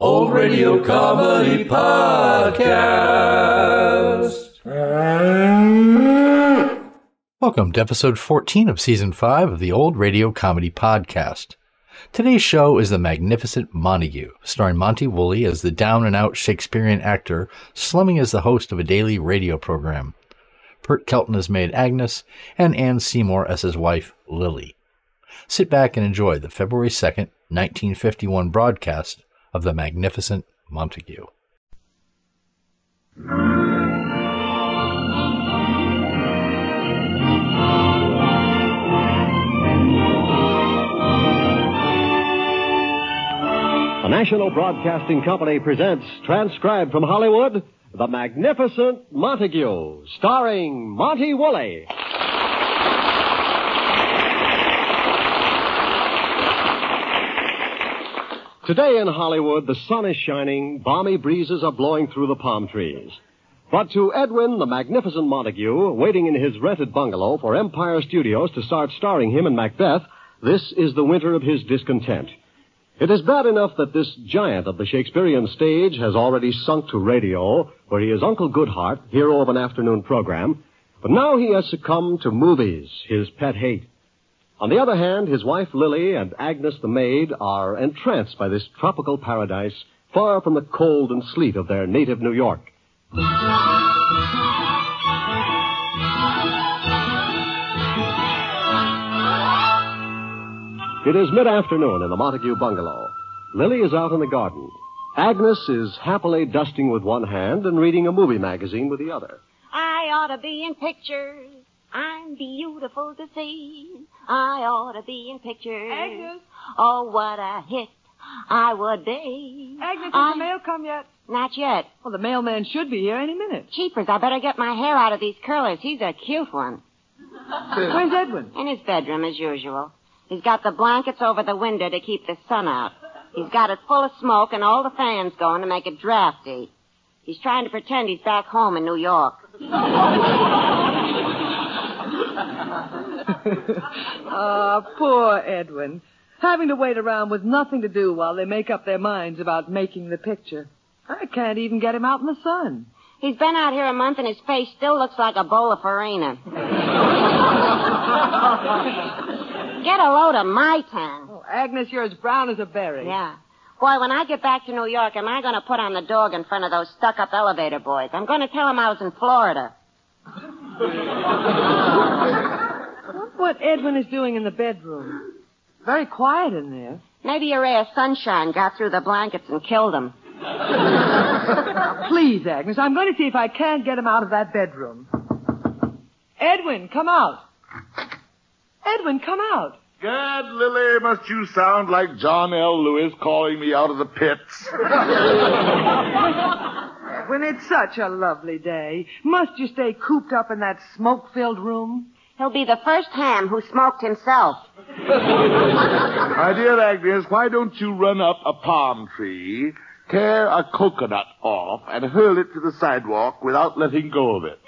Radio Comedy Podcast. Welcome to episode 14 of season 5 of the Old Radio Comedy Podcast. Today's show is The Magnificent Montague, starring Monty Woolley as the down and out Shakespearean actor, slumming as the host of a daily radio program. Pert Kelton as Maid Agnes, and Anne Seymour as his wife, Lily. Sit back and enjoy the February 2nd, 1951 broadcast of The Magnificent Montague. The National Broadcasting Company presents, transcribed from Hollywood, The Magnificent Montague, starring Monty Woolley. Today in Hollywood, the sun is shining, balmy breezes are blowing through the palm trees. But to Edwin, the magnificent Montague, waiting in his rented bungalow for Empire Studios to start starring him in Macbeth, this is the winter of his discontent. It is bad enough that this giant of the Shakespearean stage has already sunk to radio, where he is Uncle Goodhart, hero of an afternoon program, but now he has succumbed to movies, his pet hate. On the other hand, his wife Lily and Agnes the maid are entranced by this tropical paradise, far from the cold and sleet of their native New York. It is mid afternoon in the Montague bungalow. Lily is out in the garden. Agnes is happily dusting with one hand and reading a movie magazine with the other. I ought to be in pictures. I'm beautiful to see. I ought to be in pictures. Agnes. Oh, what a hit I would be. Agnes, has I- the mail come yet? Not yet. Um, Well, the mailman should be here any minute. Cheapers, I better get my hair out of these curlers. He's a cute one. Where's Edwin? In his bedroom, as usual. He's got the blankets over the window to keep the sun out. He's got it full of smoke and all the fans going to make it drafty. He's trying to pretend he's back home in New York. Ah, poor Edwin. Having to wait around with nothing to do while they make up their minds about making the picture. I can't even get him out in the sun. He's been out here a month and his face still looks like a bowl of farina. get a load of my tan. Oh, Agnes, you're as brown as a berry. Yeah. Boy, when I get back to New York, am I going to put on the dog in front of those stuck-up elevator boys? I'm going to tell them I was in Florida. Look what Edwin is doing in the bedroom. Very quiet in there. Maybe a ray of sunshine got through the blankets and killed him. Please, Agnes, I'm going to see if I can't get him out of that bedroom. Edwin, come out. Edwin, come out. God, Lily, must you sound like John L. Lewis calling me out of the pits? When it's such a lovely day, must you stay cooped up in that smoke-filled room? He'll be the first ham who smoked himself. My dear Agnes, why don't you run up a palm tree, tear a coconut off, and hurl it to the sidewalk without letting go of it?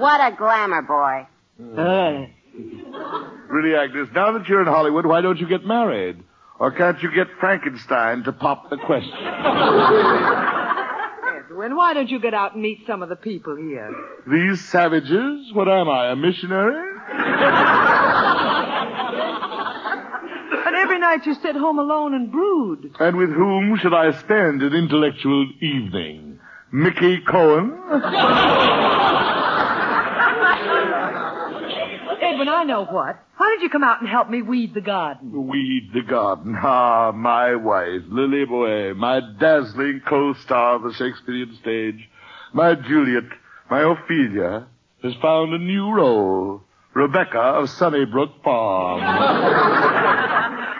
What a glamour boy. Really, Agnes, now that you're in Hollywood, why don't you get married? Or can't you get Frankenstein to pop the question? Edwin, why don't you get out and meet some of the people here? These savages? What am I, a missionary? But every night you sit home alone and brood. And with whom should I spend an intellectual evening? Mickey Cohen? Edwin, I know what. Why don't you come out and help me weed the garden? Weed the garden. Ah, my wife, Lily Boy, my dazzling co-star of the Shakespearean stage, my Juliet, my Ophelia, has found a new role. Rebecca of Sunnybrook Farm.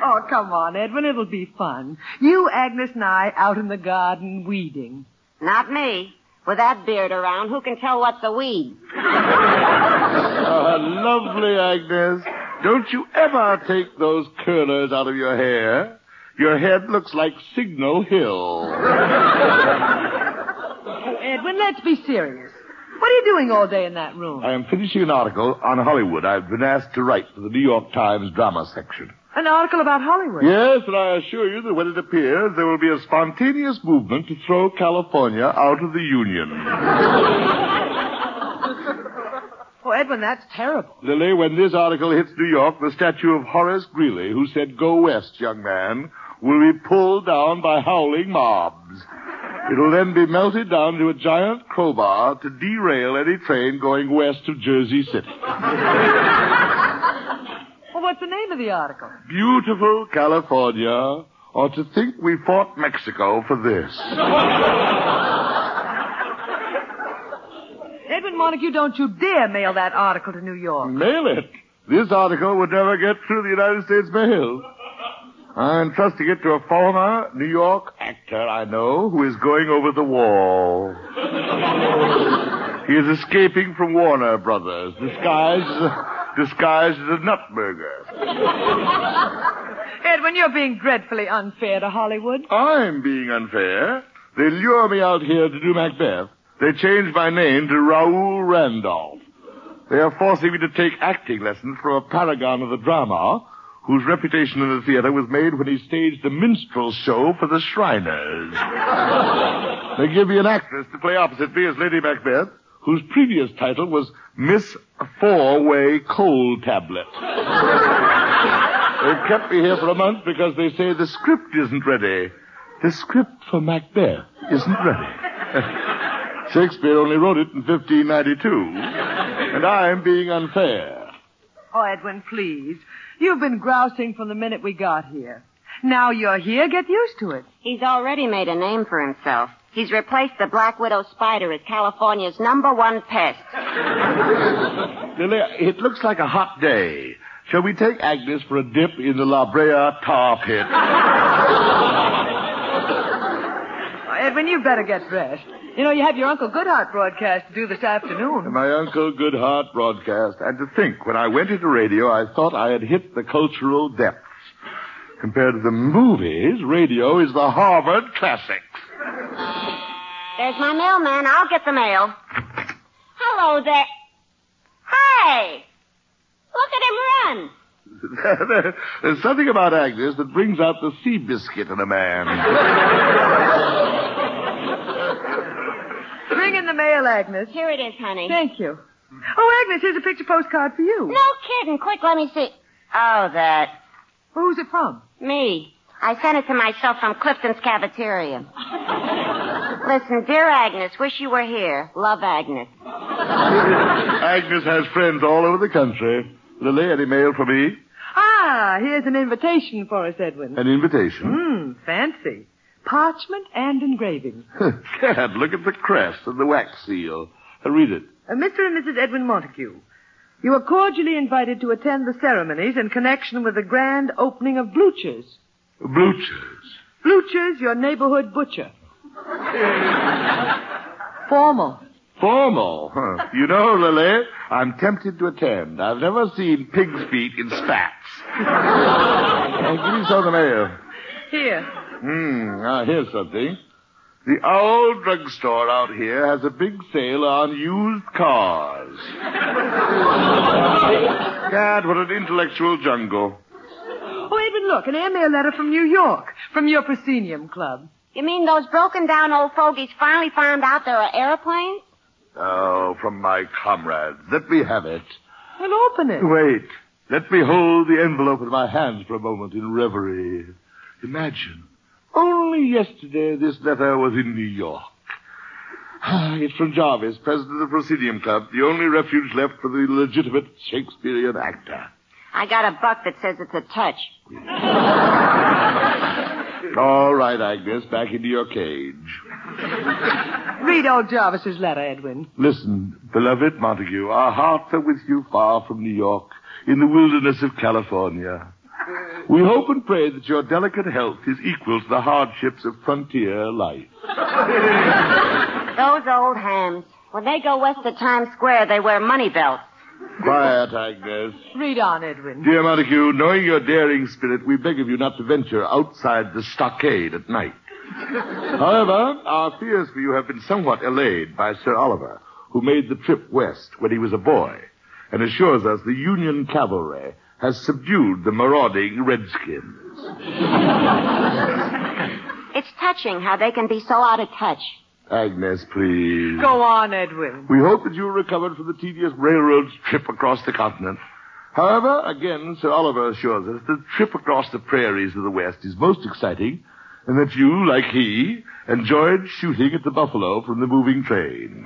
Oh, come on, Edwin, it'll be fun. You, Agnes, and I out in the garden weeding. Not me. With that beard around, who can tell what's a weed? Ah, lovely, Agnes. Don't you ever take those curlers out of your hair. Your head looks like Signal Hill. Edwin, let's be serious. What are you doing all day in that room? I am finishing an article on Hollywood I've been asked to write for the New York Times drama section. An article about Hollywood. Yes, and I assure you that when it appears, there will be a spontaneous movement to throw California out of the Union. Oh, Edwin, that's terrible. Lily, when this article hits New York, the statue of Horace Greeley, who said, Go west, young man, will be pulled down by howling mobs. It'll then be melted down to a giant crowbar to derail any train going west of Jersey City. Well, what's the name of the article? Beautiful California, or to think we fought Mexico for this. Edwin Montague, don't you dare mail that article to New York. Mail it. This article would never get through the United States mail. I'm trusting it to a former New York actor I know who is going over the wall. he is escaping from Warner Brothers, disguised as a, disguised as a nutburger. Edwin, you're being dreadfully unfair to Hollywood. I'm being unfair. They lure me out here to do Macbeth. They changed my name to Raoul Randolph. They are forcing me to take acting lessons from a paragon of the drama whose reputation in the theater was made when he staged the minstrel show for the Shriners. they give me an actress to play opposite me as Lady Macbeth, whose previous title was Miss Four-Way Coal Tablet. They've kept me here for a month because they say the script isn't ready. The script for Macbeth isn't ready. Shakespeare only wrote it in 1592. And I'm being unfair. Oh, Edwin, please. You've been grousing from the minute we got here. Now you're here, get used to it. He's already made a name for himself. He's replaced the Black Widow spider as California's number one pest. Lily, it looks like a hot day. Shall we take Agnes for a dip in the La Brea tar pit? Oh, Edwin, you better get dressed. You know, you have your Uncle Goodhart broadcast to do this afternoon. My Uncle Goodhart broadcast. And to think, when I went into radio, I thought I had hit the cultural depths. Compared to the movies, radio is the Harvard classics. There's my mailman. I'll get the mail. Hello there. Hey! Look at him run! There's something about Agnes that brings out the sea biscuit in a man. Bring in the mail, Agnes. Here it is, honey. Thank you. Oh, Agnes, here's a picture postcard for you. No kidding. Quick, let me see. Oh, that. Who's it from? Me. I sent it to myself from Clifton's cafeteria. Listen, dear Agnes, wish you were here. Love Agnes. Agnes has friends all over the country. Lily, any mail for me? Ah, here's an invitation for us, Edwin. An invitation? Hmm, fancy. Parchment and engraving. Gad, look at the crest and the wax seal. Uh, Read it. Uh, Mr. and Mrs. Edwin Montague, you are cordially invited to attend the ceremonies in connection with the grand opening of Blucher's. Bluchers. Blucher's, your neighborhood butcher. Formal. Formal. Huh. You know, Lily, I'm tempted to attend. I've never seen pig's feet in spats. Uh, give me some of the mail. Here. Hmm, now here's something. The Owl Drugstore out here has a big sale on used cars. God, what an intellectual jungle. Oh, Edwin, look, an airmail letter from New York, from your proscenium club. You mean those broken down old fogies finally found out there are airplanes? Oh, from my comrades. Let me have it. Well, open it. Wait. Let me hold the envelope in my hands for a moment in reverie. Imagine. Only yesterday this letter was in New York. Ah, It's from Jarvis, president of the Presidium Club, the only refuge left for the legitimate Shakespearean actor. I got a buck that says it's a touch. All right, Agnes, back into your cage. Read old Jarvis's letter, Edwin. Listen, beloved Montague, our hearts are with you far from New York, in the wilderness of California. We hope and pray that your delicate health is equal to the hardships of frontier life. Those old hams. When they go west of Times Square, they wear money belts. Quiet, Agnes. Read on, Edwin. Dear Montague, knowing your daring spirit, we beg of you not to venture outside the stockade at night. However, our fears for you have been somewhat allayed by Sir Oliver, who made the trip west when he was a boy, and assures us the Union cavalry has subdued the marauding redskin. It's touching how they can be so out of touch. Agnes, please. Go on, Edwin. We hope that you recovered from the tedious railroad trip across the continent. However, again, Sir Oliver assures us the trip across the prairies of the West is most exciting, and that you, like he, enjoyed shooting at the buffalo from the moving train.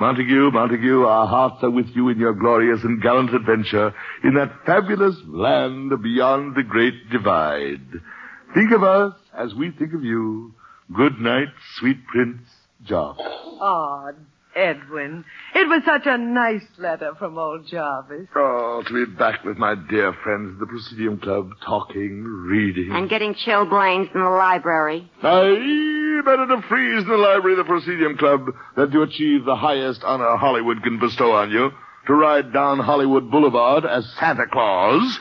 Montague, Montague, our hearts are with you in your glorious and gallant adventure in that fabulous land beyond the Great Divide. Think of us as we think of you. Good night, sweet Prince Jock. Oh, Edwin. It was such a nice letter from old Jarvis. Oh, to be back with my dear friends, at the Presidium Club, talking, reading. And getting chillblains in the library. Aye, better to freeze in the library of the Presidium Club than to achieve the highest honor Hollywood can bestow on you. To ride down Hollywood Boulevard as Santa Claus.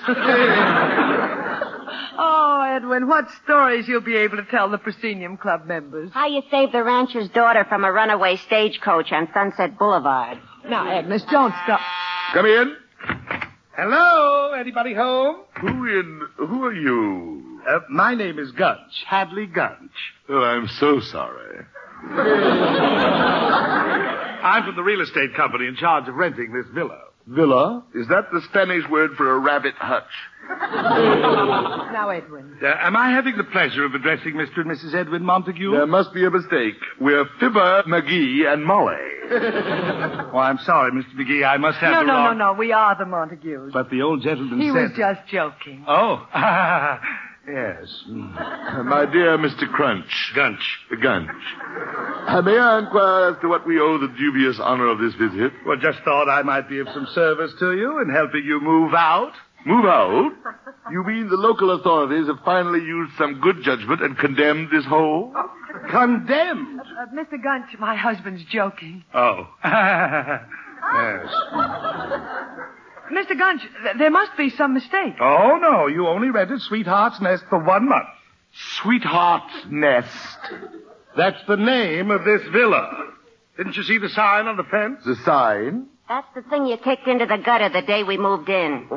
Oh, Edwin, what stories you'll be able to tell the Proscenium Club members. How you saved the rancher's daughter from a runaway stagecoach on Sunset Boulevard. Now, Agnes, don't stop. Come in. Hello, anybody home? Who in? Who are you? Uh, my name is Gunch, Hadley Gunch. Oh, I'm so sorry. I'm from the real estate company in charge of renting this villa. Villa? Is that the Spanish word for a rabbit hutch? Now, Edwin. Uh, am I having the pleasure of addressing Mr. and Mrs. Edwin Montague? There must be a mistake. We're Fibber, McGee, and Molly. Oh, I'm sorry, Mr. McGee. I must have No, the no, no, wrong... no. We are the Montagues. But the old gentleman he was said... just joking. Oh, yes. Uh, My dear Mr. Crunch. Gunch. Gunch. Uh, may I inquire as to what we owe the dubious honor of this visit? Well, just thought I might be of some service to you in helping you move out. Move out? You mean the local authorities have finally used some good judgment and condemned this hole? Condemned. Uh, Mr. Gunch, my husband's joking. Oh. yes. Mr. Gunch, th- there must be some mistake. Oh, no. You only rented Sweetheart's Nest for one month. Sweetheart's nest. That's the name of this villa. Didn't you see the sign on the fence? The sign? That's the thing you kicked into the gutter the day we moved in.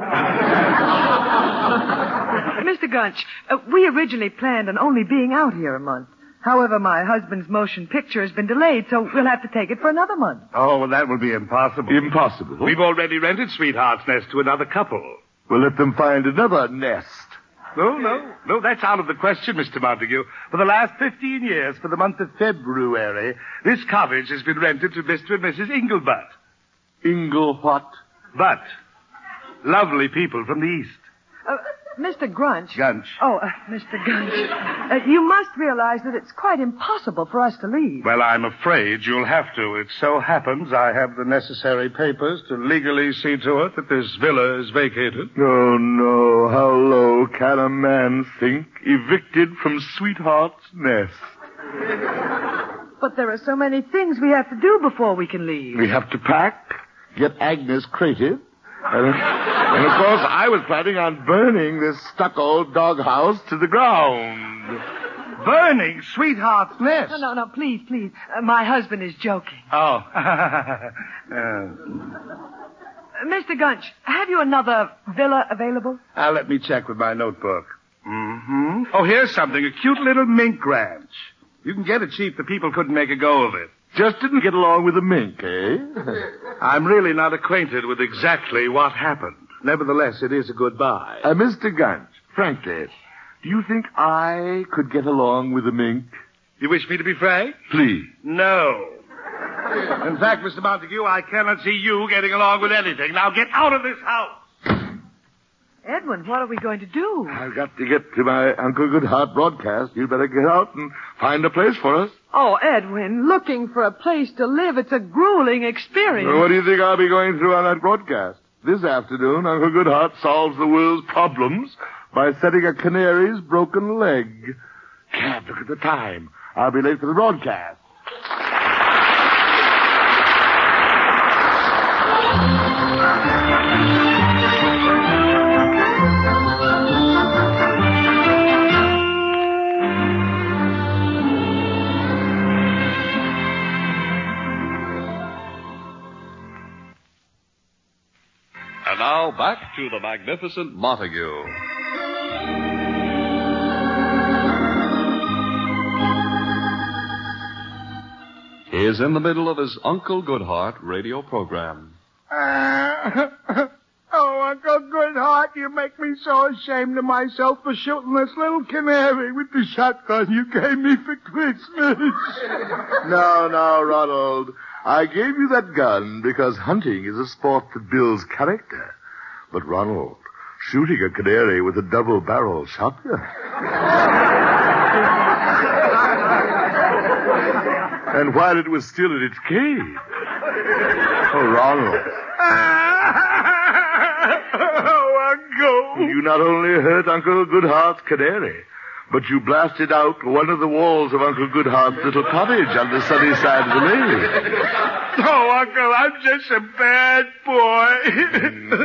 Mr. Gunch, uh, we originally planned on only being out here a month. However, my husband's motion picture has been delayed, so we'll have to take it for another month. Oh, well, that will be impossible. Impossible. We've already rented Sweetheart's Nest to another couple. We'll let them find another nest. No, no. No, that's out of the question, Mr. Montague. For the last 15 years, for the month of February, this cottage has been rented to Mr. and Mrs. Inglebutt. Ingle what? But, lovely people from the East. Uh, Mr. Grunch. Gunch. Oh, uh, Mr. Gunch. Uh, you must realize that it's quite impossible for us to leave. Well, I'm afraid you'll have to. It so happens I have the necessary papers to legally see to it that this villa is vacated. Oh no, how low can a man sink evicted from sweetheart's nest? But there are so many things we have to do before we can leave. We have to pack, get Agnes crated, and, and of course I was planning on burning this stuck old doghouse to the ground. Burning sweetheart's nest. No, no, no, please, please. Uh, my husband is joking. Oh. Uh, Uh, Mr. Gunch, have you another villa available? uh, let me check with my notebook. Mm-hmm. Oh, here's something. A cute little mink ranch. You can get it cheap. The people couldn't make a go of it. Just didn't get along with the mink, eh? I'm really not acquainted with exactly what happened. Nevertheless, it is a good buy. Uh, Mr. Gunch, frankly, do you think I could get along with the mink? You wish me to be frank? Please. No. In fact, Mr. Montague, I cannot see you getting along with anything. Now get out of this house. Edwin, what are we going to do? I've got to get to my Uncle Goodhart broadcast. You'd better get out and find a place for us. Oh, Edwin, looking for a place to live, it's a grueling Well, experience. What do you think I'll be going through on that broadcast? This afternoon, Uncle Goodhart solves the world's problems by setting a canary's broken leg. Can't look at the time. I'll be late for the broadcast. And now back to the magnificent Montague. He is in the middle of his Uncle Goodhart radio program. oh, Uncle Goodhart, you make me so ashamed of myself for shooting this little canary with the shotgun you gave me for Christmas. No, no, Ronald. I gave you that gun because hunting is a sport that builds character. But, Ronald, shooting a canary with a double barrel shotgun. and while it was still in its cage. Oh, Ronald. oh, Uncle. You not only hurt Uncle Goodhart's canary, but you blasted out one of the walls of Uncle Goodhart's little cottage on the sunny side of the lake. Oh, Uncle, I'm just a bad boy.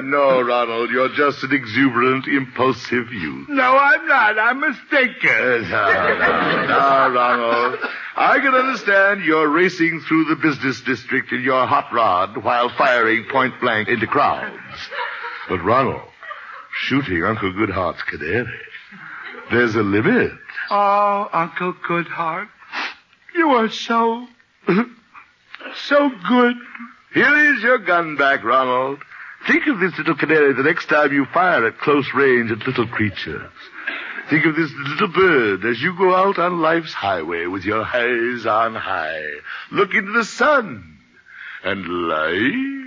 No, Ronald, you're just an exuberant, impulsive youth. no, I'm not. I'm a stinker. Ah, Ronald, I can understand you're racing through the business district in your hot rod while firing point blank into crowds. But, Ronald, shooting Uncle Goodhart's canary, there's a limit. Oh, Uncle Goodhart, you are so, so good. Here is your gun back, Ronald. Think of this little canary the next time you fire at close range at little creatures. Think of this little bird as you go out on life's highway with your eyes on high. Look into the sun. And life.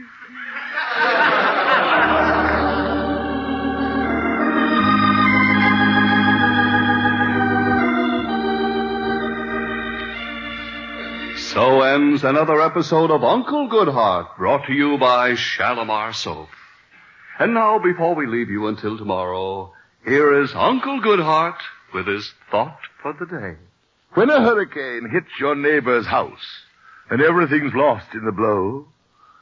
So ends another episode of Uncle Goodhart, brought to you by Shalimar Soap. And now, before we leave you until tomorrow, here is Uncle Goodhart with his thought for the day. When a hurricane hits your neighbor's house and everything's lost in the blow,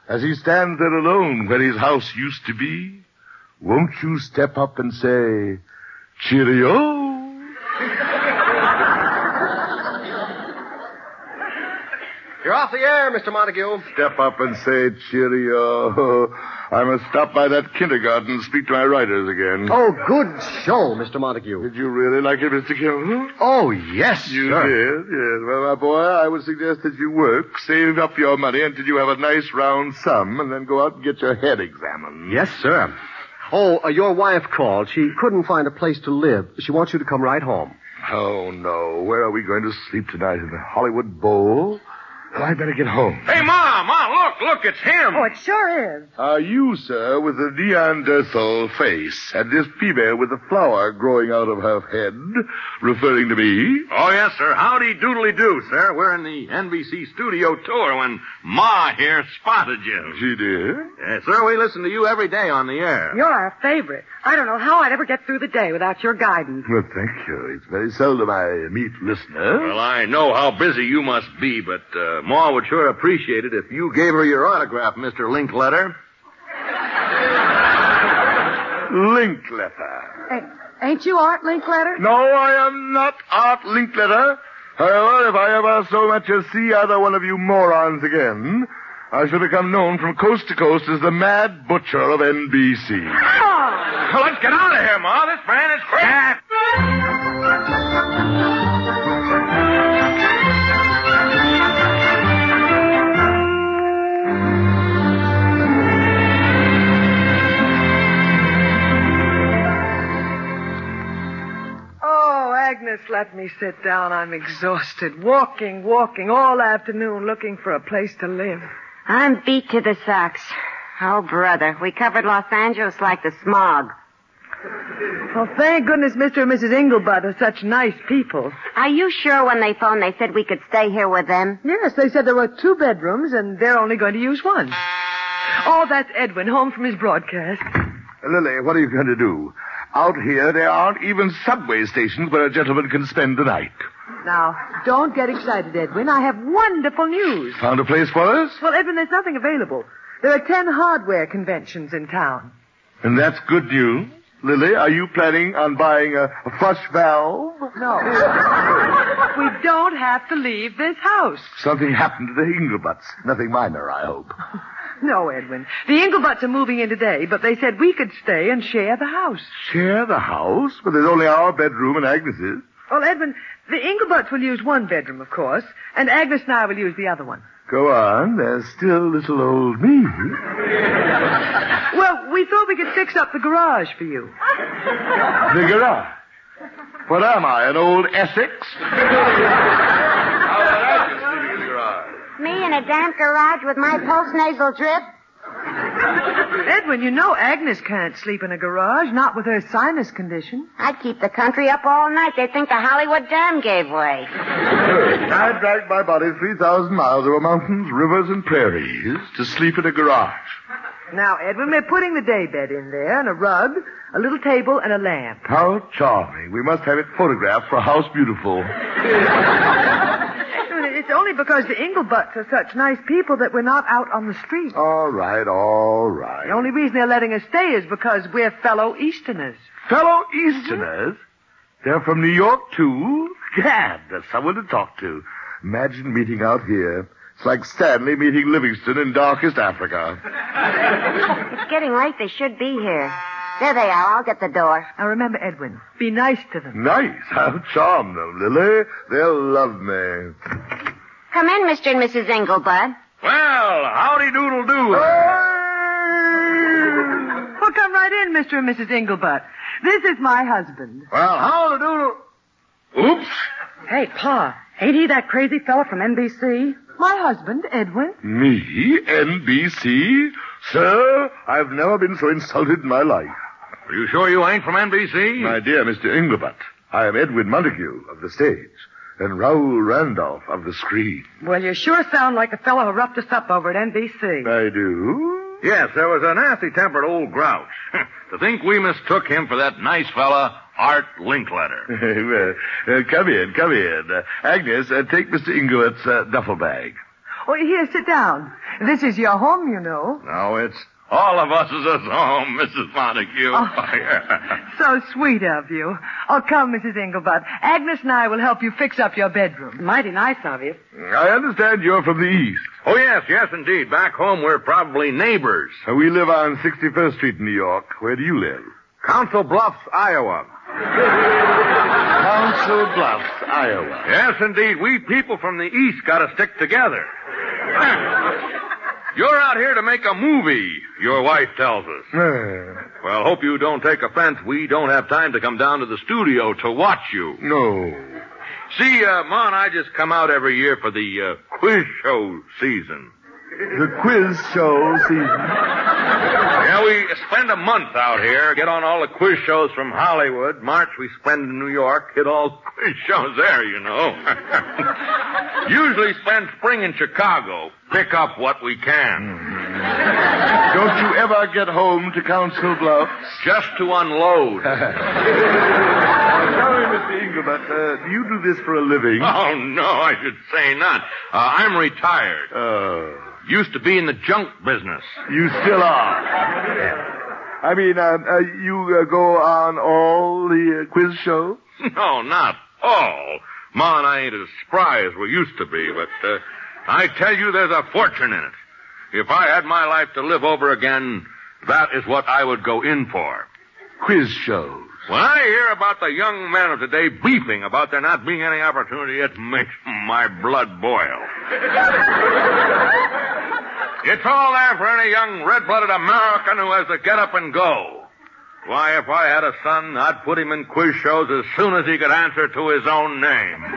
as he stands there alone where his house used to be, won't you step up and say, Cheerio? You're off the air, Mr. Montague. Step up and say cheerio. I must stop by that kindergarten and speak to my writers again. Oh, good show, Mr. Montague. Did you really like it, Mr. Kilton? Oh, yes, You sir. did, yes. Well, my boy, I would suggest that you work, save up your money until you have a nice round sum, and then go out and get your head examined. Yes, sir. Oh, uh, your wife called. She couldn't find a place to live. She wants you to come right home. Oh, no. Where are we going to sleep tonight? In the Hollywood Bowl? Well, I better get home. Hey, Mom, Mom, look, look, it's him. Oh, it sure is. Are you, sir, with the Neanderthal face, and this female with a flower growing out of her head, referring to me? Oh, yes, sir. Howdy doodly do, sir. We're in the NBC studio tour when Ma here spotted you. She did. Yes, sir. We listen to you every day on the air. You're our favorite. I don't know how I'd ever get through the day without your guidance. Well, thank you. It's very seldom I meet listeners. Well, I know how busy you must be, but uh, Ma would sure appreciate it if you gave her your autograph, Mr. Linkletter. Linkletter. Ain't you Art Linkletter? No, I am not Art Linkletter. However, if I ever so much as see either one of you morons again, I shall become known from coast to coast as the Mad Butcher of NBC. Well, let's get out of here, Ma. This man is crazy. Oh, Agnes, let me sit down. I'm exhausted. Walking, walking all afternoon looking for a place to live. I'm beat to the socks. Oh, brother, we covered Los Angeles like the smog. Well, thank goodness Mr. and Mrs. Inglebutt are such nice people. Are you sure when they phoned they said we could stay here with them? Yes, they said there were two bedrooms and they're only going to use one. Oh, that's Edwin, home from his broadcast. Lily, what are you going to do? Out here, there aren't even subway stations where a gentleman can spend the night. Now, don't get excited, Edwin. I have wonderful news. Found a place for us? Well, Edwin, there's nothing available. There are ten hardware conventions in town. And that's good news. Lily, are you planning on buying a, a flush valve? No. we don't have to leave this house. Something happened to the Inglebuts. Nothing minor, I hope. No, Edwin. The Inglebuts are moving in today, but they said we could stay and share the house. Share the house? But there's only our bedroom and Agnes's. Well, Edwin, the Inglebuts will use one bedroom, of course, and Agnes and I will use the other one. Go on, there's still little old me. Well, we thought we could fix up the garage for you. The garage. What am I, an old Essex? Me in a damp garage with my post-nasal drip? Edwin, you know Agnes can't sleep in a garage, not with her sinus condition. I'd keep the country up all night. They'd think the Hollywood Dam gave way. I dragged my body 3,000 miles over mountains, rivers, and prairies to sleep in a garage. Now, Edwin, we're putting the day bed in there, and a rug, a little table, and a lamp. How charming. We must have it photographed for House Beautiful. Edwin, it's only because the Inglebuts are such nice people that we're not out on the street. All right, all right. The only reason they're letting us stay is because we're fellow Easterners. Fellow Easterners? They're from New York, too? Gad, there's someone to talk to. Imagine meeting out here. It's like Stanley meeting Livingston in darkest Africa. It's getting late. They should be here. There they are. I'll get the door. Now, remember, Edwin, be nice to them. Nice. I'll charm them, Lily. They'll love me. Come in, Mr. and Mrs. Engelbud. Well, howdy doodle do. Well, come right in, Mr. and Mrs. Inglebutt. This is my husband. Well, howdy doodle. Oops. Hey, Pa, ain't he that crazy fella from NBC? My husband, Edwin. Me? NBC? Sir, I've never been so insulted in my life. Are you sure you ain't from NBC? My dear Mr. Engelbart, I am Edwin Montague of the stage and Raoul Randolph of the screen. Well, you sure sound like the fellow who roughed us up over at NBC. I do? Yes, there was a nasty-tempered old grouch. to think we mistook him for that nice fella, Art Linkletter. well, uh, come in, come in. Uh, Agnes, uh, take Mr. Inglebart's uh, duffel bag. Oh, here, sit down. This is your home, you know. No, it's all of us is at home, Mrs. Montague. So sweet of you. Oh, come, Mrs. Inglebutt. Agnes and I will help you fix up your bedroom. Mighty nice of you. I understand you're from the East. oh, yes, yes, indeed. Back home, we're probably neighbors. Uh, We live on 61st Street in New York. Where do you live? Council Bluffs, Iowa. Council Bluffs, Iowa. Yes, indeed. We people from the East gotta stick together. You're out here to make a movie, your wife tells us. Uh. Well, hope you don't take offense. We don't have time to come down to the studio to watch you. no. See, uh, Ma and I just come out every year for the uh, quiz show season. The quiz show season. Yeah, we spend a month out here, get on all the quiz shows from Hollywood. March we spend in New York, hit all the quiz shows there, you know. Usually spend spring in Chicago, pick up what we can, Don't you ever get home to Council Bluffs? just to unload. Uh, Sorry, Mr. Engelbart, uh, do you do this for a living? Oh, no, I should say not. Uh, I'm retired. Oh. Used to be in the junk business. You still are. I mean, uh, uh, you uh, go on all the uh, quiz show? No, not all. Ma and I ain't as spry as we used to be, but uh, I tell you, there's a fortune in it. If I had my life to live over again, that is what I would go in for. Quiz shows. When I hear about the young men of today beefing about there not being any opportunity, it makes my blood boil. it's all there for any young red-blooded American who has to get up and go. Why, if I had a son, I'd put him in quiz shows as soon as he could answer to his own name.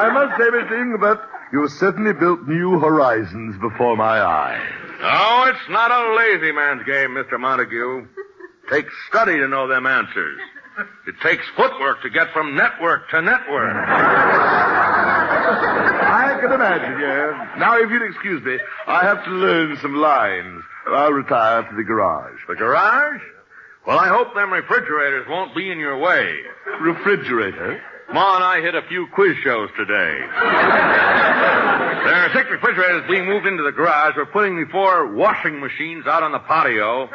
I must say, Mr. Engelbart, you certainly built new horizons before my eyes. No, Oh, it's not a lazy man's game, Mr. Montague. Takes study to know them answers. It takes footwork to get from network to network. I can imagine, yeah. Now, if you'll excuse me, I have to learn some lines. I'll retire to the garage. The garage? Well, I hope them refrigerators won't be in your way. Refrigerator? Ma and I hit a few quiz shows today. there are six refrigerators being moved into the garage. We're putting the four washing machines out on the patio,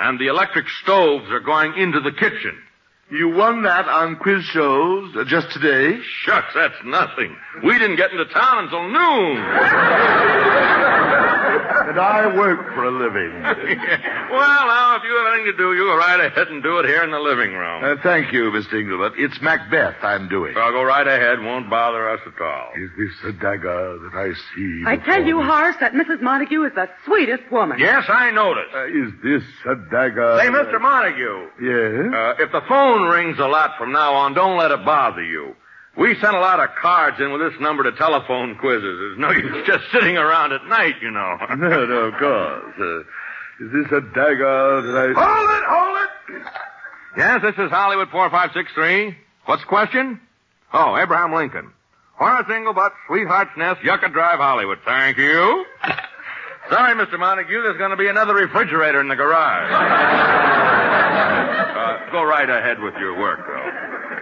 and the electric stoves are going into the kitchen. You won that on quiz shows uh, just today? Shucks, that's nothing. We didn't get into town until noon. but I work for a living. Well, now, if you have anything to do, you go right ahead and do it here in the living room. Uh, thank you, Mr. Engelbert. It's Macbeth I'm doing. I'll go right ahead. Won't bother us at all. Uh, Is this the dagger that I see? I tell you, Horace, that Mrs. Montague is the sweetest woman. Yes, I noticed. Uh, is this a dagger? Say, Mr. Montague. Yes? Uh, if the phone rings a lot Uh, from now on, don't let it bother you. We sent a lot of cards in with this number to telephone quizzes. There's no use just sitting around at night, you know. no, no, of course. Uh, is this a dagger that I... Hold it, hold it! Yes, this is Hollywood 4563. What's the question? Oh, Abraham Lincoln. Horace Engelbart, Sweetheart's Nest, Yucca Drive, Hollywood. Thank you. Sorry, Mr. Montague, there's going to be another refrigerator in the garage. uh, go right ahead with your work, though.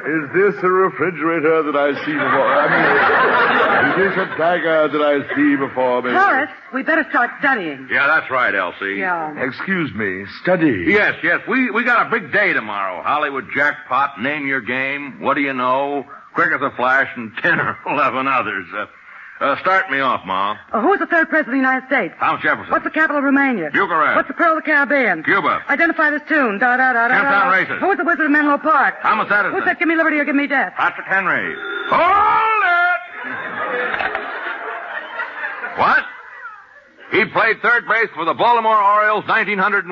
Is this a refrigerator that I see before? I mean, is this a dagger that I see before me? Horace, we better start studying. Yeah, that's right, Elsie. Yeah. Excuse me, study. Yes, yes. We we got a big day tomorrow. Hollywood jackpot. Name your game. What do you know? Quick as a flash, and ten or eleven others. Uh, uh, start me off, Ma. Uh, who was the third president of the United States? Thomas Jefferson. What's the capital of Romania? Bucharest. What's the pearl of the Caribbean? Cuba. Identify this tune. Da da da da. Can't da, sound da. racist. Who was the Wizard of Menlo Park? Thomas Edison. Who said "Give me liberty or give me death"? Patrick Henry. Hold it! what? He played third base for the Baltimore Orioles 1901.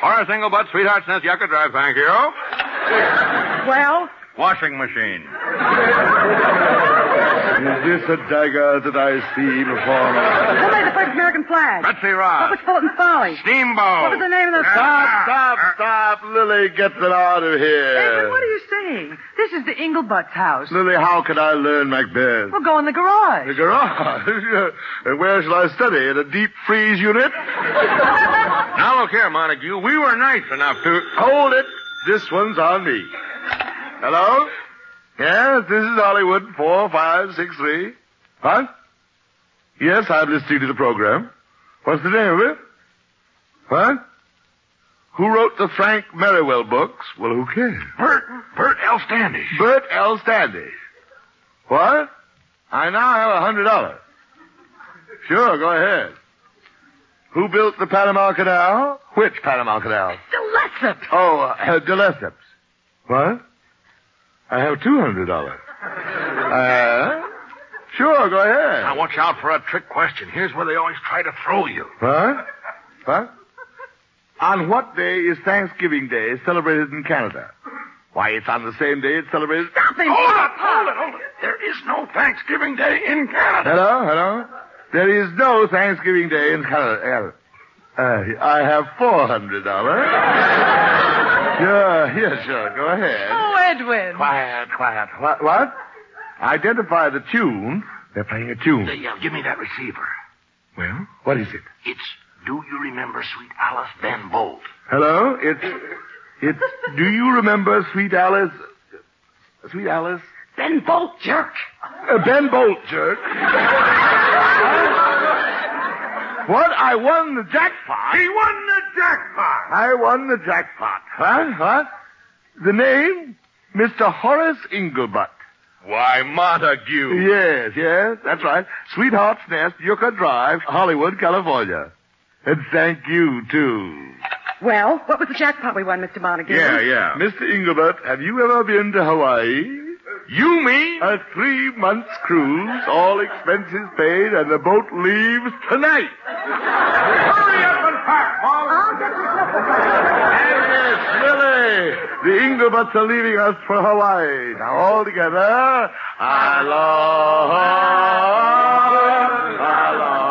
Horace Engelbart, Sweetheart's Nest, Yucca Drive, thank you. Well, Washing machine. Is this a dagger that I see before me? who made the first American flag? Betsy What Ross. was Fulton Folly? Steamboat. What was the name of the? Stop, stop, stop. Lily, get them out of Edwin, here. what are you saying? This is the Engelbutt's house. Lily, how can I learn Macbeth? We'll go in the garage. The garage. and where shall I study? In a deep freeze unit? Now look here, Montague. We were nice enough to. Hold it. This one's on me. Hello? Yes, this is Hollywood 4563. Huh? Yes, I'm listening to the program. What's the name of it? What? Who wrote the Frank Merriwell books? Well, who cares? Bert, Bert L. Standish. Bert L. Standish. What? I now have a hundred dollars. Sure, go ahead. Who built the Panama Canal? Which Panama Canal? Gillespie. Oh, uh, Gillespie's. What? I have two hundred dollars. Uh, sure, go Now ahead. watch out for a trick question. Here's where they always try to throw you. What? What? On what day is Thanksgiving Day celebrated in Canada? Why, it's on the same day it's celebrated. Oh, Stop him. Hold it, hold it, hold it. There is no Thanksgiving Day in Canada. Hello, hello. There is no Thanksgiving Day in Canada. Uh, I have four hundred dollars. sure, yes, sure. Go ahead. Oh, Edwin. Quiet, quiet. What? What? Identify the tune. They're playing a Yeah, tune. yeah, give me that receiver. Well, what is it? It's Do You Remember Sweet Alice Van Bolt? Hello. It's it's. Do you remember Sweet Alice? Sweet Alice. Ben Bolt jerk. Uh, ben Bolt, jerk. what? I won the jackpot. He won the jackpot. I won the jackpot. Huh? Huh? The name? Mr. Horace Inglebutt. Why, Montague. Yes, yes, that's right. Sweetheart's Nest, Yucca Drive, Hollywood, California. And thank you, too. Well, what was the jackpot we won, Mr. Montague? Yeah, yeah. Mr. Engelbert, have you ever been to Hawaii? You mean? A three months cruise, all expenses paid, and the boat leaves tonight. Hurry up and pack, Mom. I'll get myself a- Agnes, Lily, the Engelberts are leaving us for Hawaii. Now all together, aloha, aloha.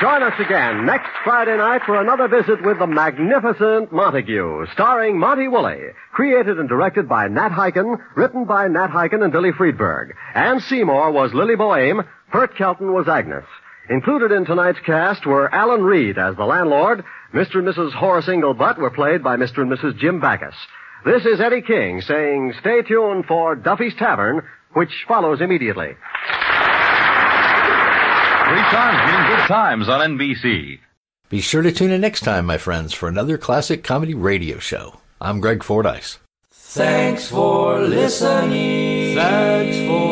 Join us again next Friday night for another visit with the magnificent Montague, starring Monty Woolley, created and directed by Nat Hiken, written by Nat Hiken and Billy Friedberg. Ann Seymour was Lily Boehm, Bert Kelton was Agnes. Included in tonight's cast were Alan Reed as the landlord, Mr. and Mrs. Horace Inglebutt were played by Mr. and Mrs. Jim Backus. This is Eddie King saying stay tuned for Duffy's Tavern, which follows immediately. Three times in good times on NBC. Be sure to tune in next time, my friends, for another classic comedy radio show. I'm Greg Fordyce. Thanks for listening. Thanks for